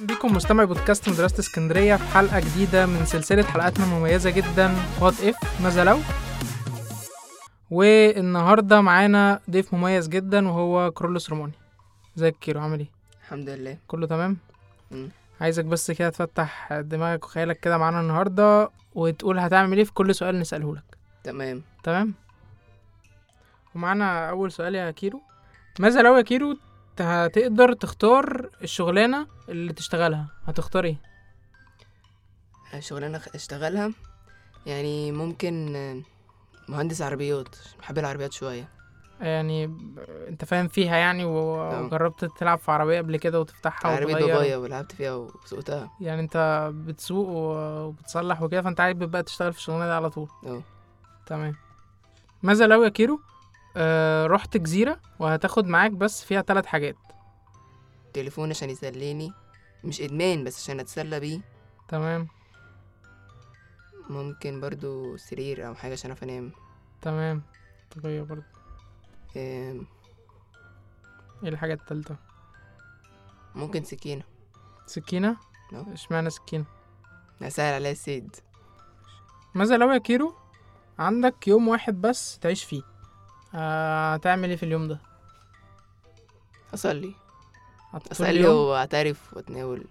بيكم مستمعي بودكاست مدرسة اسكندرية في حلقة جديدة من سلسلة حلقاتنا المميزة جدا وات اف ماذا لو والنهاردة معانا ضيف مميز جدا وهو كرولوس روماني ازيك يا كيرو عامل ايه؟ الحمد لله كله تمام؟ مم. عايزك بس كده تفتح دماغك وخيالك كده معانا النهاردة وتقول هتعمل ايه في كل سؤال نسأله لك تمام تمام؟ ومعانا أول سؤال يا كيرو ماذا لو يا كيرو ت- هتقدر تختار الشغلانة اللي تشتغلها هتختار ايه؟ شغلانة أخ- اشتغلها يعني ممكن آه، مهندس عربيات عشان بحب العربيات شوية يعني ب- انت فاهم فيها يعني و- اه. وجربت تلعب في عربية قبل كده وتفتحها عربية وتغير بابايا ولعبت فيها وسوقتها يعني انت بتسوق و- وبتصلح وكده فانت عايز بقى تشتغل في الشغلانة دي على طول اه تمام ماذا لو يا كيرو آه رحت جزيرة وهتاخد معاك بس فيها ثلاث حاجات تليفون عشان يسليني مش إدمان بس عشان أتسلى بيه تمام ممكن برضو سرير أو حاجة عشان أعرف أنام تمام طبيعي برضه آم، ايه الحاجة التالتة ممكن سكينة سكينة اه. اشمعنى سكينة هسهل عليها السيد ماذا لو يا كيرو عندك يوم واحد بس تعيش فيه آه، هتعمل ايه في اليوم ده أصلي هتطول أصلي اليوم؟ وأعترف وأتناول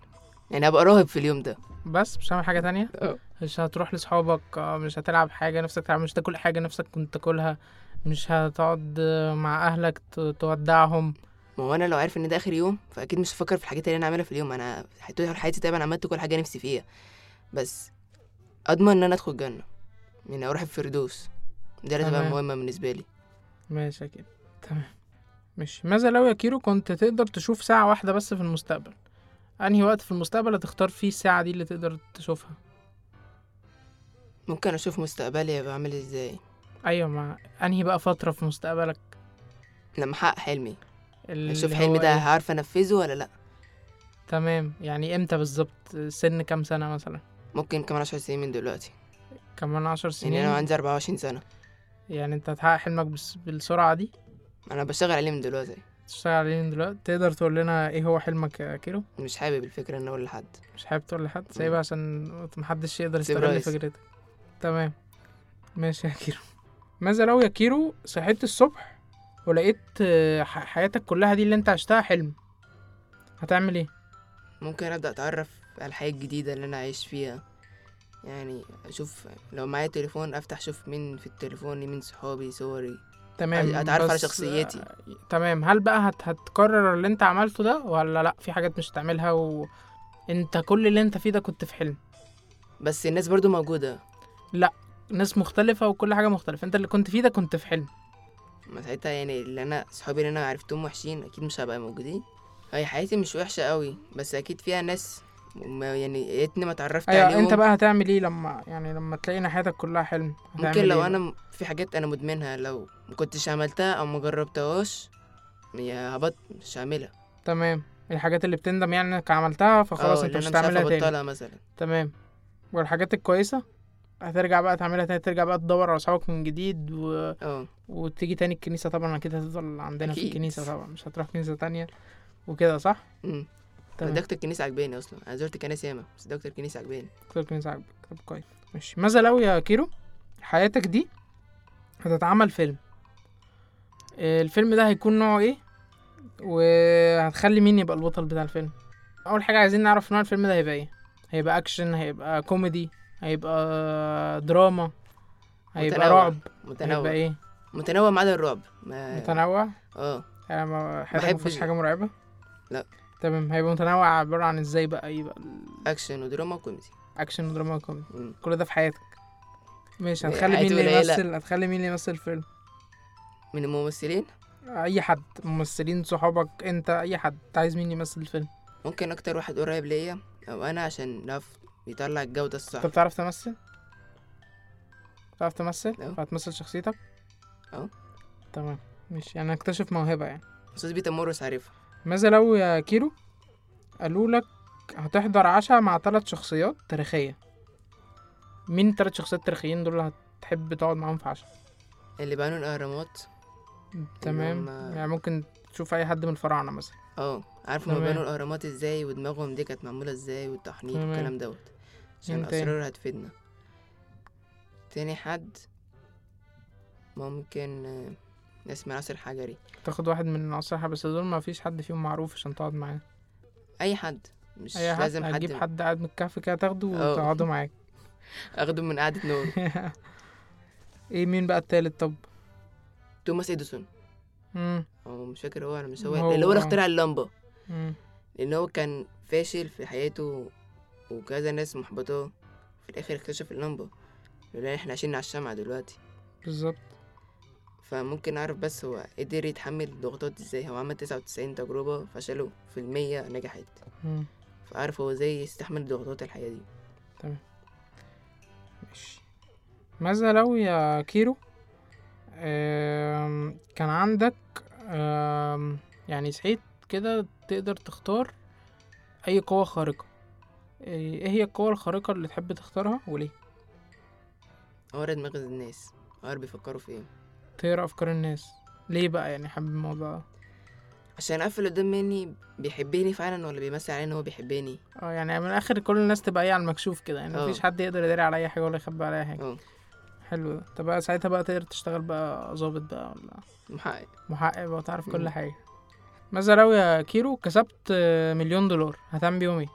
يعني هبقى راهب في اليوم ده بس مش هعمل حاجة تانية اه مش هتروح لصحابك آه، مش هتلعب حاجة نفسك تلعب مش هتاكل حاجة نفسك كنت تاكلها مش هتقعد آه، مع أهلك ت- تودعهم ما هو انا لو عارف ان ده اخر يوم فاكيد مش هفكر في الحاجات اللي انا عاملها في اليوم انا طول حياتي تقريبا عملت كل حاجه نفسي فيها بس اضمن ان انا ادخل جنه يعني اروح الفردوس دي اللي تبقى تمام. مهمه بالنسبه لي ماشي كده تمام ماشي ماذا لو يا كيرو كنت تقدر تشوف ساعة واحدة بس في المستقبل أنهي وقت في المستقبل هتختار فيه الساعة دي اللي تقدر تشوفها ممكن اشوف مستقبلي هيبقى عامل ازاي أيوة مع أنهي بقى فترة في مستقبلك لما احقق حلمي اللي اشوف هو حلمي ده إيه؟ هعرف انفذه ولا لا تمام يعني إمتى بالظبط سن كام سنة مثلا ممكن كمان عشر سنين من دلوقتي كمان عشر سنين يعني انا عندي 24 سنه يعني أنت هتحقق حلمك بس- بالسرعة دي انا بشتغل عليه من دلوقتي تشتغل عليه من دلوقتي تقدر تقول لنا ايه هو حلمك يا كيلو مش حابب الفكره ان اقول لحد مش حابب تقول لحد سايبها عشان محدش يقدر سيب يستغل رئيس. فكرتك تمام ماشي يا كيرو ماذا لو يا كيرو صحيت الصبح ولقيت آه، ح- حياتك كلها دي اللي انت عشتها حلم هتعمل ايه ممكن ابدا اتعرف على الحياه الجديده اللي انا عايش فيها يعني اشوف لو معايا تليفون افتح اشوف مين في التليفون مين صحابي صوري تمام أتعرف على بس- شخصيتي. آه، تمام هل بقى هت هتكرر اللي انت عملته ده ولا لا في حاجات مش هتعملها وانت كل اللي انت فيه ده كنت في حلم بس الناس برضو موجوده ناس مختلفة وكل حاجة مختلفة انت اللي كنت فيه ده كنت في حلم ما ساعتها يعني اللي انا صحابي اللي انا عرفتهم وحشين اكيد مش هبقى موجودين هي حياتي مش وحشه قوي بس اكيد فيها ناس ما يعني يا ريتني ما اتعرفت ايوه عليهم انت بقى هتعمل ايه لما يعني لما تلاقي ان حياتك كلها حلم هتعمل ممكن لو إيه انا بقى؟ م- في حاجات انا مدمنها لو ما كنتش عملتها او ما جربتهاش يا هبط مش هعملها تمام الحاجات اللي بتندم يعني انك عملتها فخلاص آه، انت اللي مش انا مش عارف هتعملها تاني ابطلها مثلا تمام والحاجات الكويسه هترجع بقى تعملها تاني ترجع بقى تدور على اصحابك من جديد و... اه وتيجي تاني الكنيسه طبعا اكيد هتفضل عندنا في أكيد. الكنيسه طبعا مش هتروح كنيسه تانية وكده صح امم تمام دكتور الكنيسة عجباني أصلا أنا زرت كنايس ياما بس دكتور الكنيسة عجباني دكتور كنيسه عاجبك طب كويس ماشي ماذا لو يا كيرو حياتك دي هتتعمل فيلم آه، الفيلم ده هيكون نوعه ايه وهتخلي مين يبقى البطل بتاع الفيلم اول حاجه عايزين نعرف نوع الفيلم ده هيبقى ايه هيبقى اكشن هيبقى كوميدي هيبقى دراما هيبقى متنوع. رعب هيبقى متنوع ايه متنوع ما عدا الرعب ما... متنوع اه يعني ما حياتك بحب مفيهاش ال- حاجه مرعبه لا. تمام هيبقى متنوع عباره عن ازاي بقى يبقى أكشن ودراما وكوميدي اكشن ودراما وكوميدي مم. كل ده في حياتك ماشي إيه، هتخلي مين حياتي اللي قليلة. يمثل هتخلي مين اللي يمثل الفيلم من الممثلين اي حد ممثلين صحابك انت اي حد أنت عايز مين يمثل الفيلم ممكن أكتر واحد قريب ليا أو أنا عشان نعرف يطلع الجودة الصح انت بتعرف تمثل بتعرف تمثل أه. هتمثل شخصيتك أه. تمام ماشي يعني اكتشف موهبه يعني أستاذ بيتا مورس عارفها ماذا لو يا كيرو قالوا لك هتحضر عشاء مع ثلاث شخصيات تاريخيه مين الثلاث شخصيات التاريخيين دول اللي هتحب تقعد معاهم في عشاء اللي بنوا الأهرامات تمام هم- يعني ممكن تشوف اي حد من الفراعنه مثلا اه عارف هما تمام. بنوا الاهرامات ازاي ودماغهم دي كانت معموله ازاي والتحنيط تمام. والكلام دوت عشان مين تاني؟ اسرار هتفيدنا تاني حد ممكن آه، اسمه ناصر حجري تاخد واحد من الأصحاب بس دول ما فيش حد فيهم معروف عشان تقعد معاه اي حد مش اي حد لازم هتجيب حد, حد قاعد من الكهف كده تاخده اه. وتقعده معاك اخده من قعده نور ايه مين بقى التالت طب توماس اديسون مم. هو مش فاكر هو انا مش هو هو- اللي هو اللي اخترع اللمبه مم. لان هو كان فاشل في حياته وكذا ناس محبطاه في الاخر اكتشف اللمبه لان احنا عايشين على الشمعة دلوقتي بالظبط فممكن اعرف بس هو قدر يتحمل ضغوطات ازاي هو عمل تسعة وتسعين تجربة فشلوا في المية نجحت مم. فعارف هو ازاي يستحمل ضغوطات الحياة دي ماشي ماذا لو يا كيرو آم، كان عندك آم، يعني صحيت كده تقدر تختار أي قوة خارقة ايه هي القوة الخارقة اللي تحب تختارها وليه؟ اقرا دماغ الناس اقرا بيفكروا في ايه تقرا أفكار الناس ليه بقى يعني حابب الموضوع ده؟ عشان اقفل قدام مني بيحبني فعلا ولا بيمثل عليا ان هو بيحبني اه يعني من الآخر كل الناس تبقى ايه على المكشوف كده يعني اه. مفيش حد يقدر يداري على أي حاجة ولا يخبي على أي حاجة اه حلو ده طب بقى ساعتها بقى تقدر تشتغل بقى ظابط بقى ولا محقق محقق بقى تعرف كل مم. حاجة ماذا لو يا كيرو كسبت آه، مليون دولار هتعمل بيهم ايه؟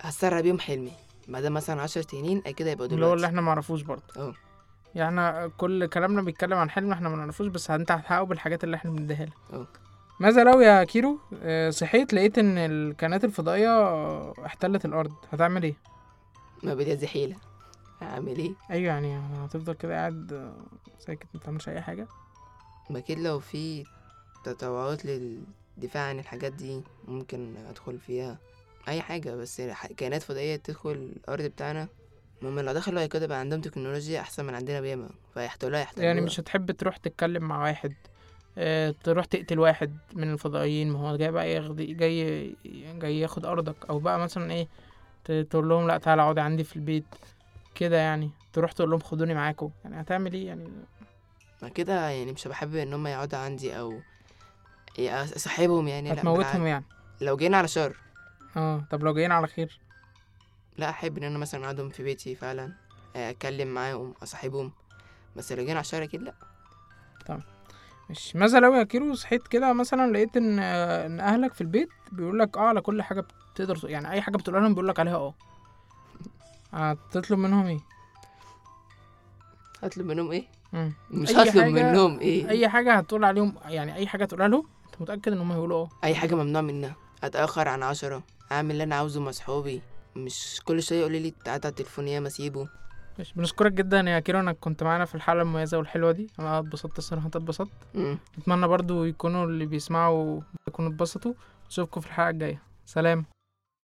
هسرع بيهم حلمي بعد مثلا عشر سنين اكيد هيبقى اللي هو اللي دلوقتي احنا معرفوش برضه اه. يعني احنا كل كلامنا بيتكلم عن حلم احنا منعرفوش بس انت هتحققه بالحاجات اللي احنا بنديها اه. لك ماذا لو يا كيرو آه، صحيت لقيت ان الكائنات الفضائية آه، احتلت الارض هتعمل ايه؟ ما بدي زحيلة اعمل ايه ايوه يعني هتفضل كده قاعد آه، ساكت ما بتعملش اي حاجة ما اكيد لو في تطوعات للدفاع عن الحاجات دي ممكن ادخل فيها اي حاجه بس ح- كائنات فضائيه تدخل الارض بتاعنا ما هم لو دخلوا هي كده بقى عندهم تكنولوجيا احسن من عندنا بياما فيحتلوها يحتلوها يعني مش هتحب تروح تتكلم مع واحد آه، تروح تقتل واحد من الفضائيين ما هو جاي بقى ياخد جاي جاي ياخد ارضك او بقى مثلا ايه ت- تقول لهم لا تعالى اقعد عندي في البيت كده يعني تروح تقول لهم خدوني معاكم يعني هتعمل ايه يعني ما كده يعني مش بحب ان هم يقعدوا عندي او صاحبهم يعني لا هتموتهم بالعكس. يعني لو جينا على شر اه طب لو جايين على خير لا احب ان انا مثلا اقعدهم في بيتي فعلا اتكلم معاهم اصاحبهم بس لو جينا على شر اكيد لا مش ماذا لو يا كيلو صحيت كده مثلا لقيت ان آه، ان اهلك في البيت بيقول لك اه على كل حاجه بتقدر تق- يعني اي حاجه بتقولها لهم بيقول لك عليها اه هتطلب منهم ايه هطلب منهم ايه مم. مش أي هطلب حاجة- منهم ايه اي حاجه هتقول عليهم يعني اي حاجه تقولها له انت متاكد ان هم هيقولوا اه اي حاجه ممنوع منها اتاخر عن عشرة اعمل اللي انا عاوزه مع صحابي مش كل شويه يقول لي تعالى على التليفون يا ما اسيبه ماشي بنشكرك جدا يا كيرو انك كنت معانا في الحلقه المميزه والحلوه دي انا اتبسطت الصراحه أنا اتبسطت مم. اتمنى برضو يكونوا اللي بيسمعوا يكونوا اتبسطوا اشوفكم في الحلقه الجايه سلام